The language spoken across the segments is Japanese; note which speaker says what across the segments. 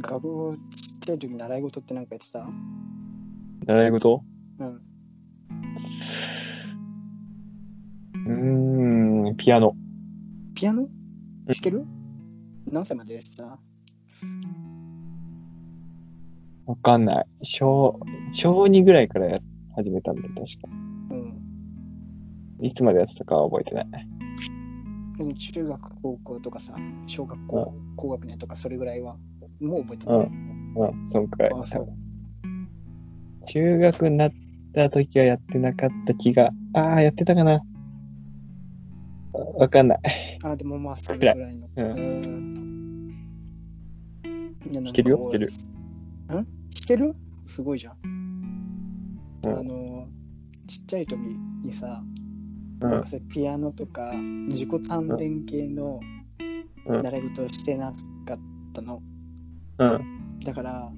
Speaker 1: 学校ちっちゃい時習い事ってなんかやってた
Speaker 2: 習い事
Speaker 1: うん。
Speaker 2: うーん、ピアノ。
Speaker 1: ピアノ弾ける何歳までやってた
Speaker 2: わかんない。小、小2ぐらいからや始めたんで、確か。
Speaker 1: うん。
Speaker 2: いつまでやってたかは覚えてない。
Speaker 1: でも中学、高校とかさ、小学校、高学年とかそれぐらいは、もう覚えて
Speaker 2: う
Speaker 1: ない。
Speaker 2: ん。うん、そんくらい。
Speaker 1: あそう
Speaker 2: 中学になった時はやってなかった気が。ああ、やってたかな。あわかんない。
Speaker 1: あ、でもまあそれぐらいの。
Speaker 2: うん
Speaker 1: うんいやなんか
Speaker 2: 弾けるよ弾ける
Speaker 1: ん弾けるすごいじゃん。
Speaker 2: うん
Speaker 1: あの、ちっちゃい時にさ、
Speaker 2: う
Speaker 1: なん
Speaker 2: ん
Speaker 1: か。それピアノとか自己鍛錬系の
Speaker 2: うん
Speaker 1: 習い事をしてなかったの。
Speaker 2: うん。
Speaker 1: だから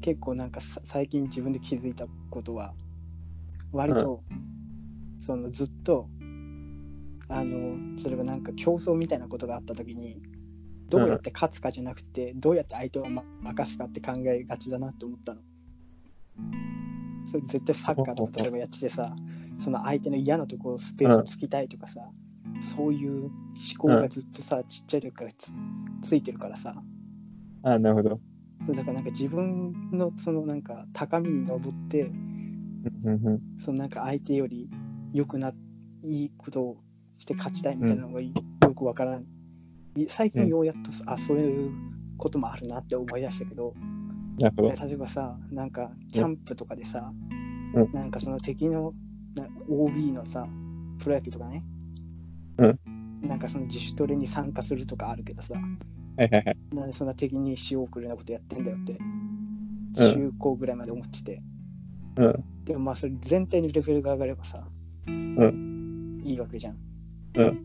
Speaker 1: 結構なんかさ最近自分で気づいたことは割と、そのずっとあの例えばなんか競争みたいなことがあった時にどうやって勝つかじゃなくて、どうやって相手を、ま、任すかって考えがちだなって思ったの。それ絶対サッカーとか例えばやっててさその相手の嫌なところスペースをつきたいとかさ、そういう思考がずっとさ、ちっちゃい時からつついてるからさ、
Speaker 2: あーなるほど。
Speaker 1: そうだからなんか自分のそのなんか高みに登って
Speaker 2: うんうんうん
Speaker 1: そのなんか相手より良くないいことをして勝ちたいみたいなのがいよくわからん、い最近ようやっと、あそういうこともあるなって思い出したけど
Speaker 2: なるほど。
Speaker 1: 例えばさなんかキャンプとかでさ、
Speaker 2: うん
Speaker 1: なんかその敵のな OB のさプロ野球とかね、
Speaker 2: うん
Speaker 1: なんかその自主トレに参加するとかあるけどさ、
Speaker 2: はいはいはい。
Speaker 1: なんでそんな敵に塩送るようなことやってんだよって中高ぐらいまで思ってて、
Speaker 2: うん。
Speaker 1: でもまあそれ全体にレベルが上がればさ、いいわけじゃん。
Speaker 2: うん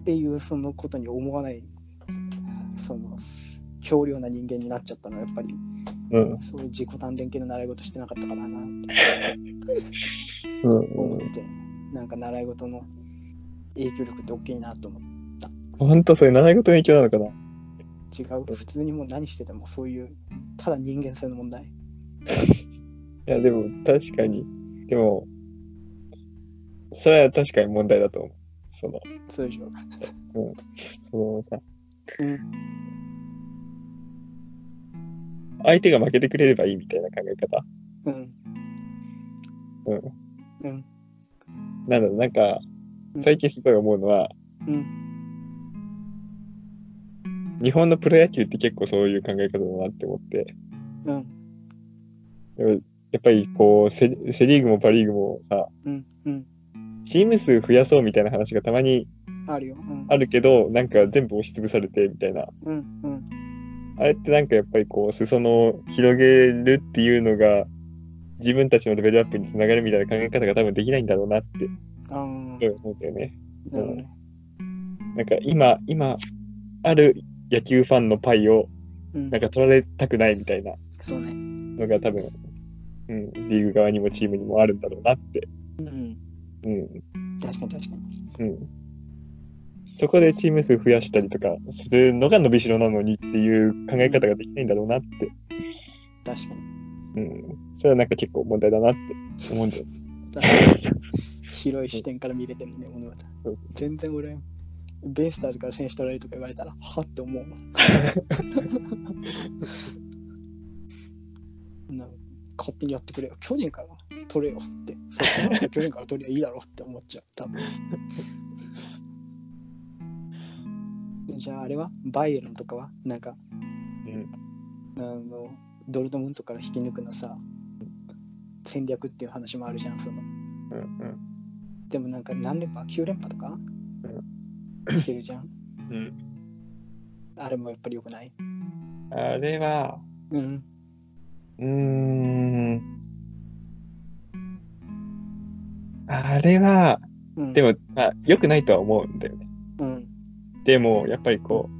Speaker 1: っていうそのことに思わないその強量な人間になっちゃったのはやっぱり
Speaker 2: うん。
Speaker 1: そういう自己鍛錬系の習い事してなかったからなと
Speaker 2: うん
Speaker 1: 思
Speaker 2: うん。
Speaker 1: って、なんか習い事の影響力って大きいなと思って。
Speaker 2: ほんとそれ習い事の影響なのかな
Speaker 1: 違う普通にもう何しててもそういうただ人間性の問題
Speaker 2: いや、でも確かに。でも、それは確かに問題だと思う。その、
Speaker 1: 通常
Speaker 2: そのさ、
Speaker 1: うん
Speaker 2: 相手が負けてくれればいいみたいな考え方。
Speaker 1: うん
Speaker 2: うん。
Speaker 1: うん
Speaker 2: なんだろう、なんか、
Speaker 1: うん
Speaker 2: 最近すごい思うのは、
Speaker 1: うん
Speaker 2: 日本のプロ野球って結構そういう考え方だなって思って、
Speaker 1: うん
Speaker 2: でもやっぱりこうセ、セリーグもパリーグもさ、
Speaker 1: うんうん
Speaker 2: チーム数増やそうみたいな話がたまに
Speaker 1: あるようん
Speaker 2: あるけど、なんか全部押しつぶされてみたいな。
Speaker 1: うんうん
Speaker 2: あれってなんかやっぱりこう、裾野を広げるっていうのが、自分たちのレベルアップにつながるみたいな考え方が多分できないんだろうなって
Speaker 1: あー
Speaker 2: すごい思うんだよね。
Speaker 1: なるほどね
Speaker 2: なんか今、今、ある野球ファンのパイを
Speaker 1: うん
Speaker 2: なんか取られたくないみたいな
Speaker 1: そうね
Speaker 2: のが多分、うん、リーグ側にもチームにもあるんだろうなって。
Speaker 1: うん
Speaker 2: うん。
Speaker 1: 確かに確かに
Speaker 2: うん。そこでチーム数増やしたりとかするのが伸びしろなのにっていう考え方ができないんだろうなって。
Speaker 1: 確かに
Speaker 2: うん。それはなんか結構問題だなって思うんだよ。
Speaker 1: 確かに広い視点から見れてるね物語
Speaker 2: そう
Speaker 1: 全然俺ベイスターズから選手取られるとか言われたらはって思う もんなんか勝手にやってくれよ巨人から取れよってそうそんなこと巨人から取りゃいいだろって思っちゃう多 分じゃああれはバイエルンとかはなんか
Speaker 2: うん。
Speaker 1: あのドルトムントから引き抜くのさ戦略っていう話もあるじゃんその
Speaker 2: うんうん。
Speaker 1: でもなんか何連覇 ?9 連覇とかしてるじゃん
Speaker 2: うん。
Speaker 1: あれもやっぱり良くない
Speaker 2: あれは、
Speaker 1: うん
Speaker 2: うーん。あれは、
Speaker 1: うん
Speaker 2: でも、まあ、良くないとは思うんだよね。
Speaker 1: うん
Speaker 2: でも、やっぱりこう、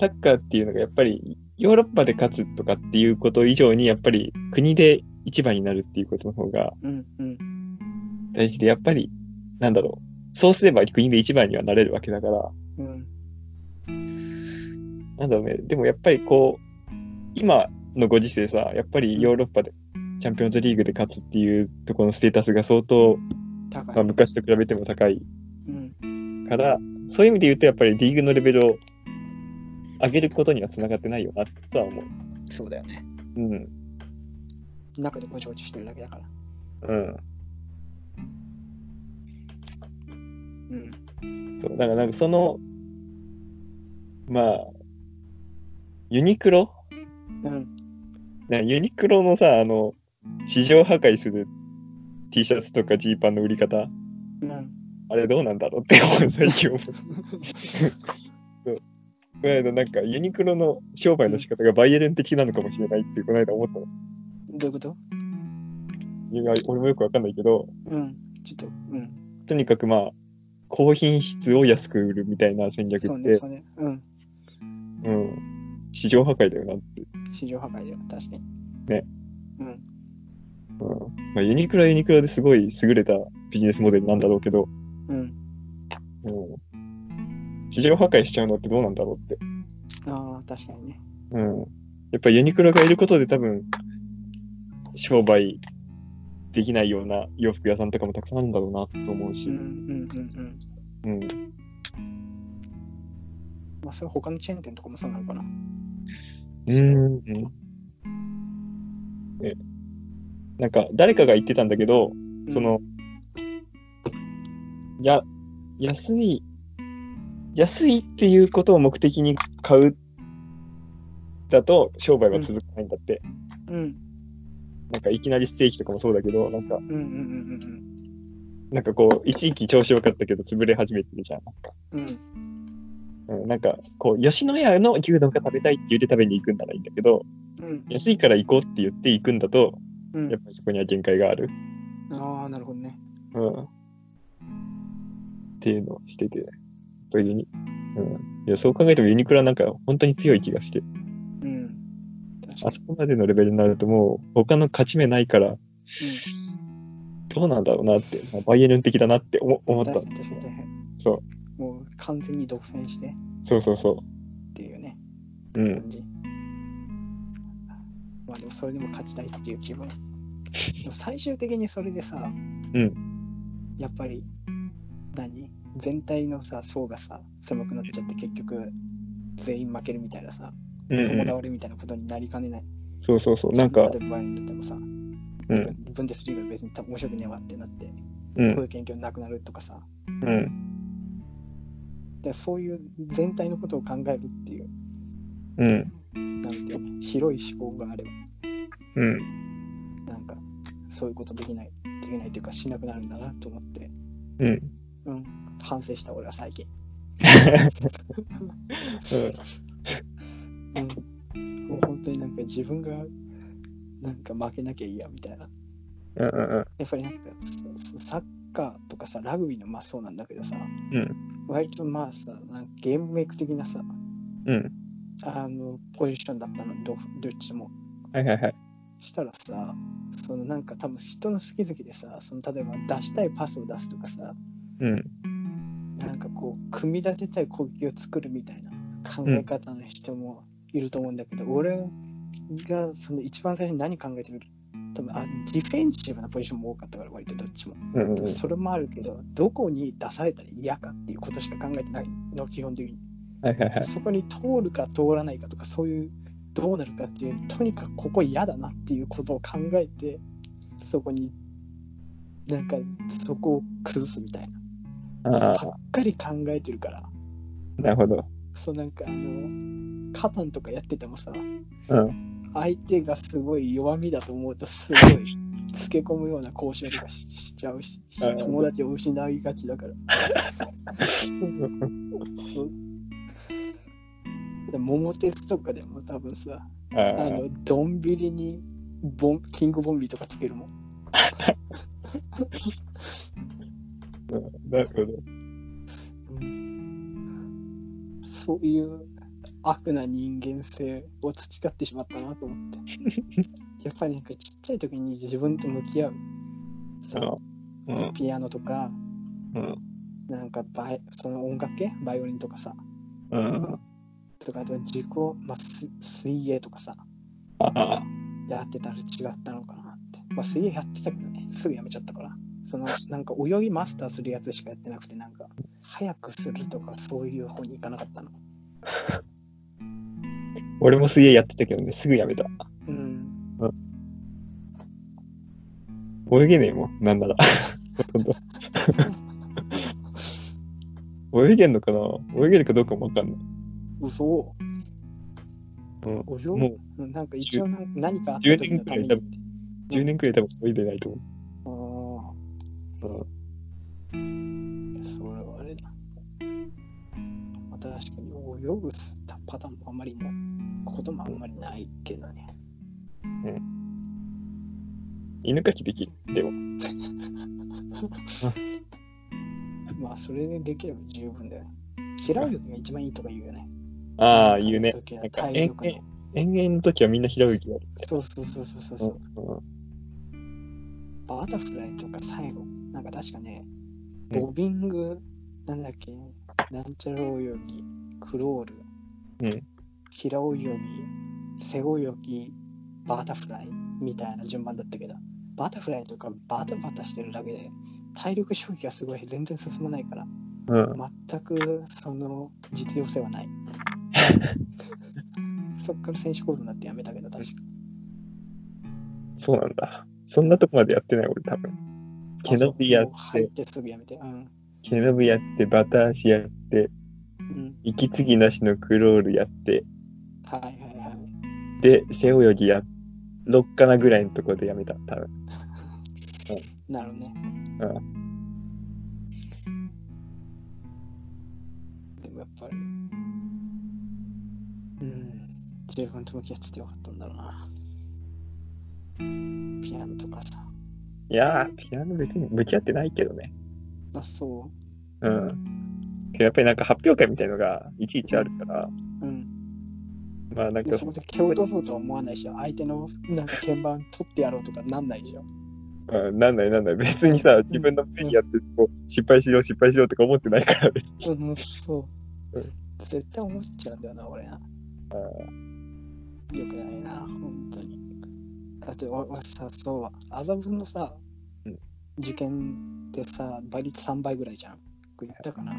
Speaker 2: サッカーっていうのが、やっぱり、ヨーロッパで勝つとかっていうこと以上に、やっぱり国で一番になるっていうことの方が
Speaker 1: うんうん
Speaker 2: 大事で、やっぱり、なんだろう。そうすれば国で一番にはなれるわけだから、
Speaker 1: うん
Speaker 2: なんだろうね。でもやっぱりこう、今のご時世さ、やっぱりヨーロッパで、チャンピオンズリーグで勝つっていうところのステータスが相当、
Speaker 1: 高い。
Speaker 2: まあ、昔と比べても高い
Speaker 1: うん。
Speaker 2: から、そういう意味で言うと、やっぱりリーグのレベルを上げることにはつながってないよなとは思う。
Speaker 1: そうだよね。
Speaker 2: うん。
Speaker 1: 中でごちゃごちゃしてるだけだから。
Speaker 2: うん。
Speaker 1: うん。
Speaker 2: そう、だからなんかその、まあ、ユニクロ
Speaker 1: うん。
Speaker 2: なんかユニクロのさ、あの、市場破壊する T シャツとかジーパンの売り方、
Speaker 1: うん。
Speaker 2: あれどうなんだろうって思う、最近思う。そうこの間なんかユニクロの商売の仕方がバイエルン的なのかもしれないってこの間思ったの。
Speaker 1: どういうこと
Speaker 2: いや俺もよくわかんないけど、
Speaker 1: うん。ちょっと、うん。
Speaker 2: とにかくまあ、高品質を安く売るみたいな戦略
Speaker 1: そう
Speaker 2: っ
Speaker 1: ね、
Speaker 2: て、
Speaker 1: そうね。うん。
Speaker 2: うん、市場破壊だよなって。
Speaker 1: 市場破壊だよ、確かに。
Speaker 2: ね。
Speaker 1: うん。
Speaker 2: うんまあ、ユニクロはユニクロですごい優れたビジネスモデルなんだろうけど、
Speaker 1: うん。
Speaker 2: うん、市場破壊しちゃうのってどうなんだろうって。
Speaker 1: ああ、確かにね。
Speaker 2: うん、やっぱりユニクロがいることで多分、商売できないような洋服屋さんとかもたくさんあるんだろうなと思う
Speaker 1: うん
Speaker 2: し
Speaker 1: う、んうんうん。
Speaker 2: うん、
Speaker 1: まあ、それは他のチェーン店とかもそうなのかな。
Speaker 2: うん。えなんか、誰かが言ってたんだけど、
Speaker 1: うん
Speaker 2: そ、の、や、安い、安いっていうことを目的に買うだと商売は続かないんだって。
Speaker 1: うん。
Speaker 2: なんかいきなりステーキとかもそうだけど、なんか、
Speaker 1: うんうんうん
Speaker 2: なんかこう、一時期調子良かったけど潰れ始めてるじゃん。なんか、
Speaker 1: うんうん。うん。
Speaker 2: うん、なんかこう、吉野家の牛丼が食べたいって言って食べに行くんならいいんだけど、
Speaker 1: うん。
Speaker 2: 安いから行こうって言って行くんだと、
Speaker 1: うん
Speaker 2: やっぱりそこには限界がある。
Speaker 1: ああ、なるほどね。
Speaker 2: うん。っていうのをしてて、やっぱりユニ、うん。いや、そう考えてもユニクロはなんか本当に強い気がして、
Speaker 1: うん。確か
Speaker 2: あそこまでのレベルになるともう他の勝ち目ないから、どうなんだろうなって、まあバイエルン的だなって思思
Speaker 1: に。
Speaker 2: った
Speaker 1: 確。かに確かに
Speaker 2: そ
Speaker 1: もう完全に独占してっ
Speaker 2: そうそうそ
Speaker 1: ていうね、
Speaker 2: う。うん。
Speaker 1: 感じ。まあでもそれでも勝ちたいっていう気 分。でも最終的にそれでさ、うん。やっぱり、何全体のさ、層がさ、狭くなっちゃって結局、全員負けるみたいなさ、
Speaker 2: うんう
Speaker 1: 共
Speaker 2: ん、
Speaker 1: 倒れみたいなことになりかねない。
Speaker 2: そうそうそう。なんか
Speaker 1: 例、えば、にってもさ、
Speaker 2: うん。
Speaker 1: ブンデスリーグ別に多分面白くねえわってなって、
Speaker 2: う。
Speaker 1: こうんいう研究なくなるとかさ、
Speaker 2: うん。
Speaker 1: でそういう全体のことを考えるっていう、
Speaker 2: うん。
Speaker 1: なんていうの広い思考があれば、
Speaker 2: うん。
Speaker 1: なんか、そういうことできない、できないというか、しなくなるんだなと思って、
Speaker 2: うん。うん。
Speaker 1: うん、反省した俺は最近。うん、もう本当になんか自分が、なんか負けなきゃいいやみたいな。
Speaker 2: うん。うん。
Speaker 1: やっぱりなんか、そサッカーとかさ、ラグビーのまあそうなんだけどさ、
Speaker 2: うん
Speaker 1: 割とまあさ、なんかゲームメイク的なさ、
Speaker 2: うん。
Speaker 1: あのポジションだったのどどっちも
Speaker 2: はいはいはい。
Speaker 1: したらさそのなんか多分人の好き好きでさその例えば出したいパスを出すとかさ
Speaker 2: うん。
Speaker 1: なんかこう組み立てたい攻撃を作るみたいな考え方の人もいると思うんだけど、俺がその一番最初に何考えてる多分あディフェンシブなポジションも多かったから割とどっちも、
Speaker 2: うんうん。
Speaker 1: それもあるけどどこに出されたら嫌かっていうことしか考えてないの基本的に
Speaker 2: はいはいはい。
Speaker 1: そこに通るか通らないかとかそういうどうなるかっていうとにかくここ嫌だなっていうことを考えてそこになんかそこを崩すみたいな
Speaker 2: あ
Speaker 1: ばっかり考えてるから
Speaker 2: あ、なるほど。
Speaker 1: そうなんかあのカタンとかやっててもさ
Speaker 2: うん。
Speaker 1: 相手がすごい弱みだと思うとすごいつけ込むような交渉とかししちゃうし
Speaker 2: うん
Speaker 1: 友達を失いがちだからそうで桃鉄とかでも多分さ
Speaker 2: あ
Speaker 1: あ
Speaker 2: あ
Speaker 1: の、どんびりにボンキングボンビーとかつけるもん。
Speaker 2: うんなるほど。
Speaker 1: そういう悪な人間性を培ってしまったなと思 って。やっぱりなんかちっちゃい時に自分と向き合う。さ
Speaker 2: うん。
Speaker 1: ピアノとか、
Speaker 2: うん。
Speaker 1: なんかバイその音楽系、バイオリンとかさ、
Speaker 2: うん。
Speaker 1: とかあと自己、まあ、す水泳とかさ、
Speaker 2: あ
Speaker 1: やってたら違ったのかなって。まあ、水泳やってたけどね、すぐやめちゃったから。その、なんか泳ぎマスターするやつしかやってなくて、なんか、早くするとか、そういう方に行かなかったの。
Speaker 2: 俺もすげえやってたけどね、すぐやめた。
Speaker 1: うん。
Speaker 2: 泳げねえもん、なんなら。ほとんど。泳げんのかな泳げるかどうかもわかんない。
Speaker 1: 嘘
Speaker 2: うん、
Speaker 1: 泳
Speaker 2: もう
Speaker 1: ぐなんか一応なん何かあった
Speaker 2: 10
Speaker 1: 時の
Speaker 2: 年く
Speaker 1: た
Speaker 2: ら
Speaker 1: め
Speaker 2: い
Speaker 1: に
Speaker 2: 多分、10年くらい多分泳いでないと思
Speaker 1: ああ、それはあれだ。まあ、確かに泳ぐパターンもあんまりも、こともあんまりないけどね。
Speaker 2: う。犬かきできる。でも、
Speaker 1: まあ、それでできれば十分だよね。平泳ぎが一番いいとか言うよね。
Speaker 2: ああ、言うね。
Speaker 1: 時は
Speaker 2: なんか
Speaker 1: 体力の
Speaker 2: 遠泳遠泳の時はみんな平泳ぎやる。
Speaker 1: そうそうそうそうそうそう。
Speaker 2: うん
Speaker 1: バタフライとか最後、なんか確かね、
Speaker 2: うん
Speaker 1: ボビング、なんだっけ、なんちゃら泳ぎ、クロール、
Speaker 2: うん
Speaker 1: 平泳ぎ、背泳ぎ、バタフライみたいな順番だったけど、バタフライとかバタバタしてるだけで、体力消費がすごい全然進まないから、
Speaker 2: うん。
Speaker 1: 全くその実用性は ない。そっから選手構造になってやめたけど、確か。
Speaker 2: そうなんだ。そんなとこまでやってない、俺多分。毛伸びや
Speaker 1: あ
Speaker 2: っ、
Speaker 1: そう入っててすぐやめて。うん。
Speaker 2: 毛伸びやって、バタ足やって、
Speaker 1: うん。
Speaker 2: 息継ぎなしのクロールやって、
Speaker 1: はいはいはい。
Speaker 2: で、背泳ぎや、ろっかなぐらいのところでやめた、多分。
Speaker 1: なるほどね。
Speaker 2: う
Speaker 1: でもやっぱり、うん、自分と向き合っててよかったんだろうな。ピアノとかさ。
Speaker 2: いやー、ピアノ別に向き合ってないけどね。
Speaker 1: あ、そ
Speaker 2: うん。けどやっぱりなんか発表会みたいのがいちいちあるから、
Speaker 1: う。うん。
Speaker 2: まあなん
Speaker 1: で
Speaker 2: か
Speaker 1: そ、こで蹴落とそうとは思わないし、相手のなんか鍵盤取ってやろうとかなんないでしょ。
Speaker 2: うん、なんないなんない。別にさ、自分の目にやって、こう、失敗しよう、失敗しようとか思ってないから、別に。
Speaker 1: うん、そう
Speaker 2: うん。
Speaker 1: 絶対思っちゃうんだよな、俺な。よくないな、本当に。だって俺はさ、そうは、麻布のさ
Speaker 2: うん、
Speaker 1: 受験でさ、倍率3倍ぐらいじゃん。僕言ったかな。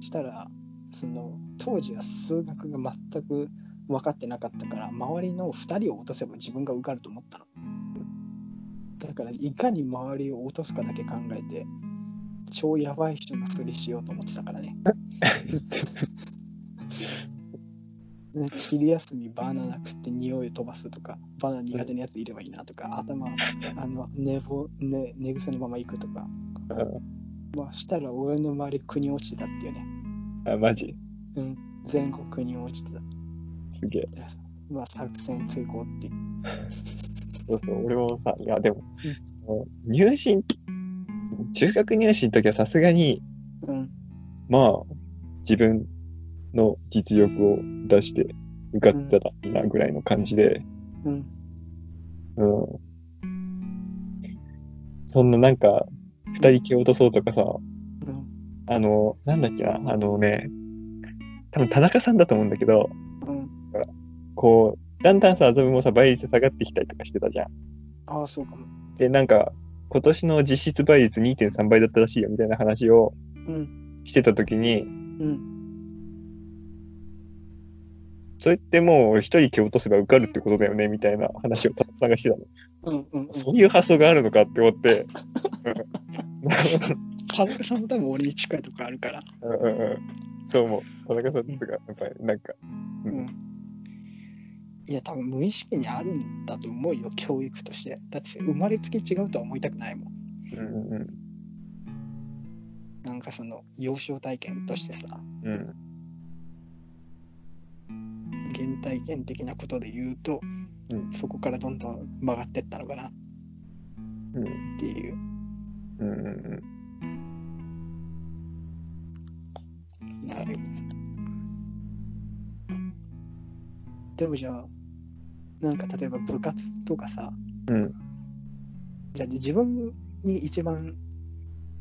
Speaker 1: したら、その、当時は数学が全く分かってなかったから、周りの2人を落とせば自分が受かると思ったの。だから、いかに周りを落とすかだけ考えて、超やばい人のふりしようと思ってた からね。ね昼休みバナナ食って匂いを飛ばすとか、バナナ苦手なやついればいいなとか、頭、あの寝ぼ、ね、寝癖のまま行くとか、まあ、したら俺の周り国に落ちてたっていうね。
Speaker 2: あ、マジ。
Speaker 1: うん、全国国に落ちてた。
Speaker 2: すげえ。
Speaker 1: まあ、作戦成功っていう。
Speaker 2: そうそう、俺もさ、いや、でも、その入信、中学入試の時はさすがに、
Speaker 1: うん、
Speaker 2: まあ、自分の実力を出して受かったらいいなぐらいの感じで、
Speaker 1: うん、
Speaker 2: うん。そんななんか、二人蹴落とそうとかさ、
Speaker 1: うん、
Speaker 2: あの、なんだっけな、あのね、多分田中さんだと思うんだけど、
Speaker 1: うん。
Speaker 2: こう、だんだんさ、麻布もさ、倍率下がってきたりとかしてたじゃん。
Speaker 1: ああ、そうかも。
Speaker 2: で、なんか、今年の実質倍率2.3倍だったらしいよみたいな話を
Speaker 1: うん、
Speaker 2: してたときに、
Speaker 1: うん。
Speaker 2: それってもう一人蹴落とせば受かるってことだよねみたいな話を探してた
Speaker 1: う
Speaker 2: の。
Speaker 1: んうん、うん。
Speaker 2: そういう発想があるのかって 思って。
Speaker 1: 田中さんも多分俺に近いとこあるから。
Speaker 2: うんうんうんそう思う。田中さんとか、やっぱりなんか、う
Speaker 1: うんん。いや、多分無意識にあるんだと思うよ、教育として。だって生まれつき違うとは思いたくないもん。
Speaker 2: うんうん
Speaker 1: なんかその幼少体験としてさ、
Speaker 2: うん
Speaker 1: 原体験的なことで言うと、
Speaker 2: うん
Speaker 1: そこからどんどん曲がってったのかなっ
Speaker 2: うん
Speaker 1: ていう。
Speaker 2: うんうんうん
Speaker 1: なるほどでもじゃあ、なんか例えば部活とかさ、
Speaker 2: うん
Speaker 1: じゃあ自分に一番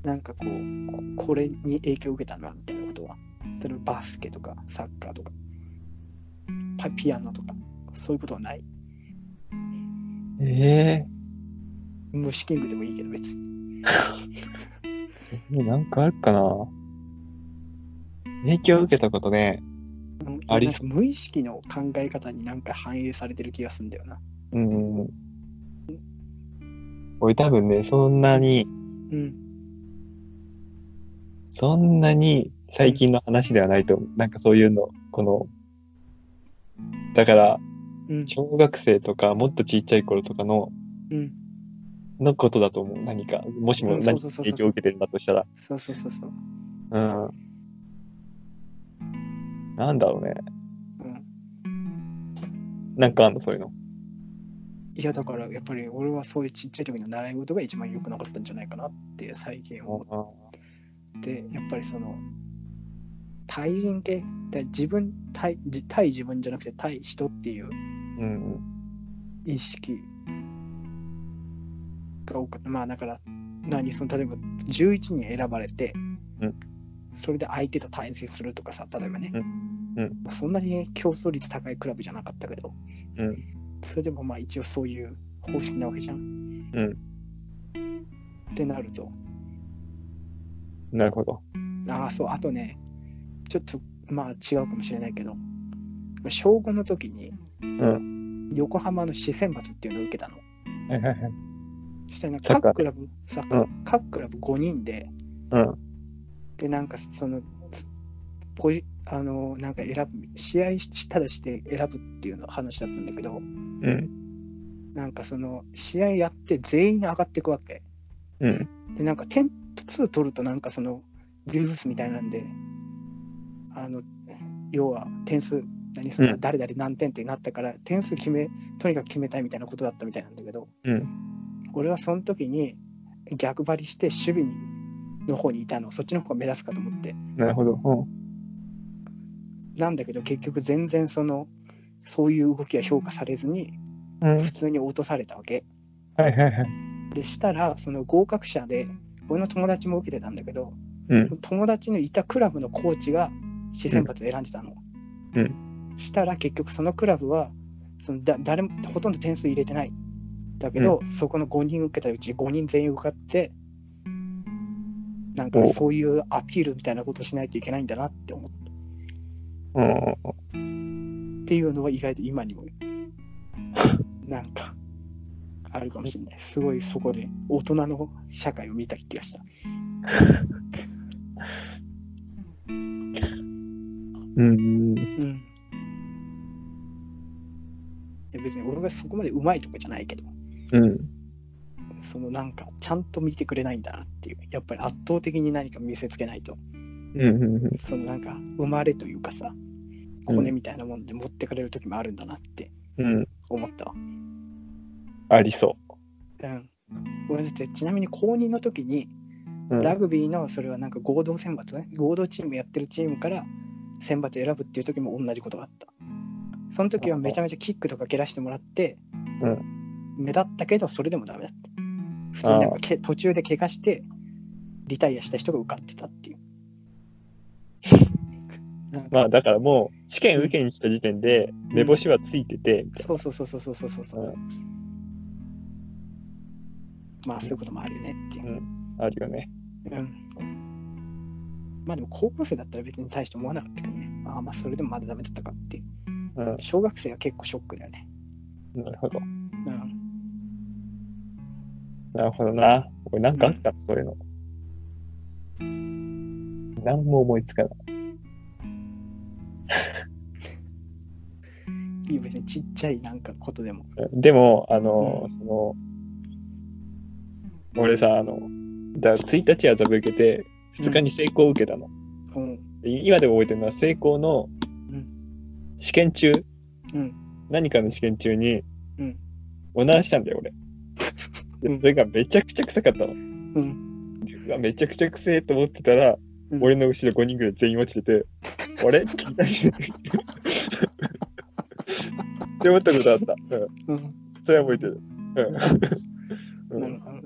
Speaker 1: なんかこう、ここれに影響を受けたなみたいなことは、例えばバスケとかサッカーとか、パピアノとか、そういうことはない。
Speaker 2: え
Speaker 1: 虫キングでもいいけど別に。
Speaker 2: えなんかあるかな影響を受けたことね。
Speaker 1: うん
Speaker 2: あり
Speaker 1: なんか無意識の考え方になんか反映されてる気がするんだよな。
Speaker 2: うん。俺多分ね、そんなに、
Speaker 1: うん。
Speaker 2: そんなに最近の話ではないと思う。なんかそういうの、この、だから、
Speaker 1: うん。
Speaker 2: 小学生とか、もっとちっちゃい頃とかの、
Speaker 1: うん。
Speaker 2: のことだと思う。何か、もしも
Speaker 1: うん
Speaker 2: 何
Speaker 1: そう
Speaker 2: か
Speaker 1: そうそうそう
Speaker 2: 影響を受けてるんだとしたら。
Speaker 1: そうそうそうそう。
Speaker 2: うん。なんだろうね。
Speaker 1: うん、
Speaker 2: なんかあんの、そういうの。
Speaker 1: いやだからやっぱり俺はそういうちっちゃい時の習い事が一番良くなかったんじゃないかなって最近思って、やっぱりその対人系で自分対じ対自分じゃなくて対人っていう
Speaker 2: うん。
Speaker 1: 意識が多かったまあだから何その例えば11人選ばれて、
Speaker 2: うん
Speaker 1: それで相手と対戦するとかさ例えばね、
Speaker 2: うんうん
Speaker 1: まあ、そんなに競争率高いクラブじゃなかったけど、
Speaker 2: うん
Speaker 1: それでもまあ一応そういう方式なわけじゃん。
Speaker 2: うん
Speaker 1: ってなると
Speaker 2: なるほど。
Speaker 1: ああそうあとねちょっとまあ違うかもしれないけど小5の時に
Speaker 2: うん。
Speaker 1: 横浜の市選抜っていうのを受けたの。
Speaker 2: はいはいはい。
Speaker 1: そしたらなんか
Speaker 2: サッカー
Speaker 1: 各クラブ、サッカー各クラブ5人で、
Speaker 2: うん。
Speaker 1: で、なんかその、ポジあの、なんか選ぶ、試合したらして選ぶっていうの話だったんだけど、
Speaker 2: うん。
Speaker 1: なんかその、試合やって全員上がっていくわけ。
Speaker 2: うん。
Speaker 1: で、なんか点数取ると、なんかその、ビュースみたいなんで、あの、要は点数、何その
Speaker 2: うん
Speaker 1: 誰々何点ってなったから、点数決め、とにかく決めたいみたいなことだったみたいなんだけど、
Speaker 2: うん。
Speaker 1: 俺はその時に逆張りして守備にの方にいたのそっちの方が目立つかと思って
Speaker 2: なるほど。
Speaker 1: なんだけど結局全然そのそういう動きは評価されずに
Speaker 2: うん。うん。
Speaker 1: 普通に落とされたわけ
Speaker 2: はいはいはい。
Speaker 1: でしたらその合格者で俺の友達も受けてたんだけど、
Speaker 2: うん
Speaker 1: 友達のいたクラブのコーチが自選抜選んでたの、
Speaker 2: う
Speaker 1: したら結局そのクラブはそのだ誰もほとんど点数入れてないだけど、そこの5人受けたうち5人全員受かってなんか
Speaker 2: お
Speaker 1: そういうアピールみたいなことしないといけないんだなって思った
Speaker 2: うん。
Speaker 1: っていうのは意外と今に もなんかあるかもしれないすごいそこで大人の社会を見た気がした
Speaker 2: うん。
Speaker 1: うんいや別に俺がそこまでうまいとかじゃないけど
Speaker 2: うん。
Speaker 1: そのなんかちゃんと見てくれないんだなっていうやっぱり圧倒的に何か見せつけないと
Speaker 2: うん。
Speaker 1: そのなんか生まれというかさ
Speaker 2: うん
Speaker 1: 骨みたいなもので持ってかれる時もあるんだなって
Speaker 2: うん。
Speaker 1: 思ったわ
Speaker 2: ありそ
Speaker 1: うん俺だってちなみに公認の時に
Speaker 2: う。うん。
Speaker 1: ラグビーのそれはなんか合同選抜ね合同チームやってるチームから選抜選ぶっていう時も同じことがあったその時はめちゃめちゃキックとか蹴らしてもらって、
Speaker 2: う
Speaker 1: 目立ったけどそれでもダメだった普通になんかけ途中で怪我してリタイアした人が受かってたっていう なんか
Speaker 2: まあだからもう試験受けに来た時点で目星はついてて、
Speaker 1: そうそうそうそうそうそうそうそううまあそういうこともあるよねっていう、
Speaker 2: あるよね。
Speaker 1: うん、まあでも高校生だったら別に大して思わなかったけどねああまあそれでもまだダメだったかっていう
Speaker 2: うん。
Speaker 1: 小学生は結構ショックだよね。
Speaker 2: なるほど。
Speaker 1: うん。
Speaker 2: なるほどな。これなんかあったのそういうの。なんも思いつかない。
Speaker 1: いいよ別にちっちゃいなんかことでも。
Speaker 2: でも、あの、その、俺さ、あの、だ1日遊び受けて、2日に成功を受けたの。
Speaker 1: うん。
Speaker 2: 今でも覚えてるのは成功の
Speaker 1: うん
Speaker 2: 試験中、
Speaker 1: うん。
Speaker 2: 何かの試験中に
Speaker 1: うん。
Speaker 2: おならしたんだよ 俺
Speaker 1: う
Speaker 2: で
Speaker 1: ん
Speaker 2: それがめちゃくちゃ臭かったの
Speaker 1: うん。
Speaker 2: うわめちゃくちゃ臭えと思ってたら、
Speaker 1: うん
Speaker 2: 俺の後ろ5人ぐらい全員落ち てて「あれ?」って言い出してって思ったことあった、うん、
Speaker 1: うん。
Speaker 2: それは覚えてる、うん
Speaker 1: な
Speaker 2: う
Speaker 1: る
Speaker 2: ん、
Speaker 1: ほど。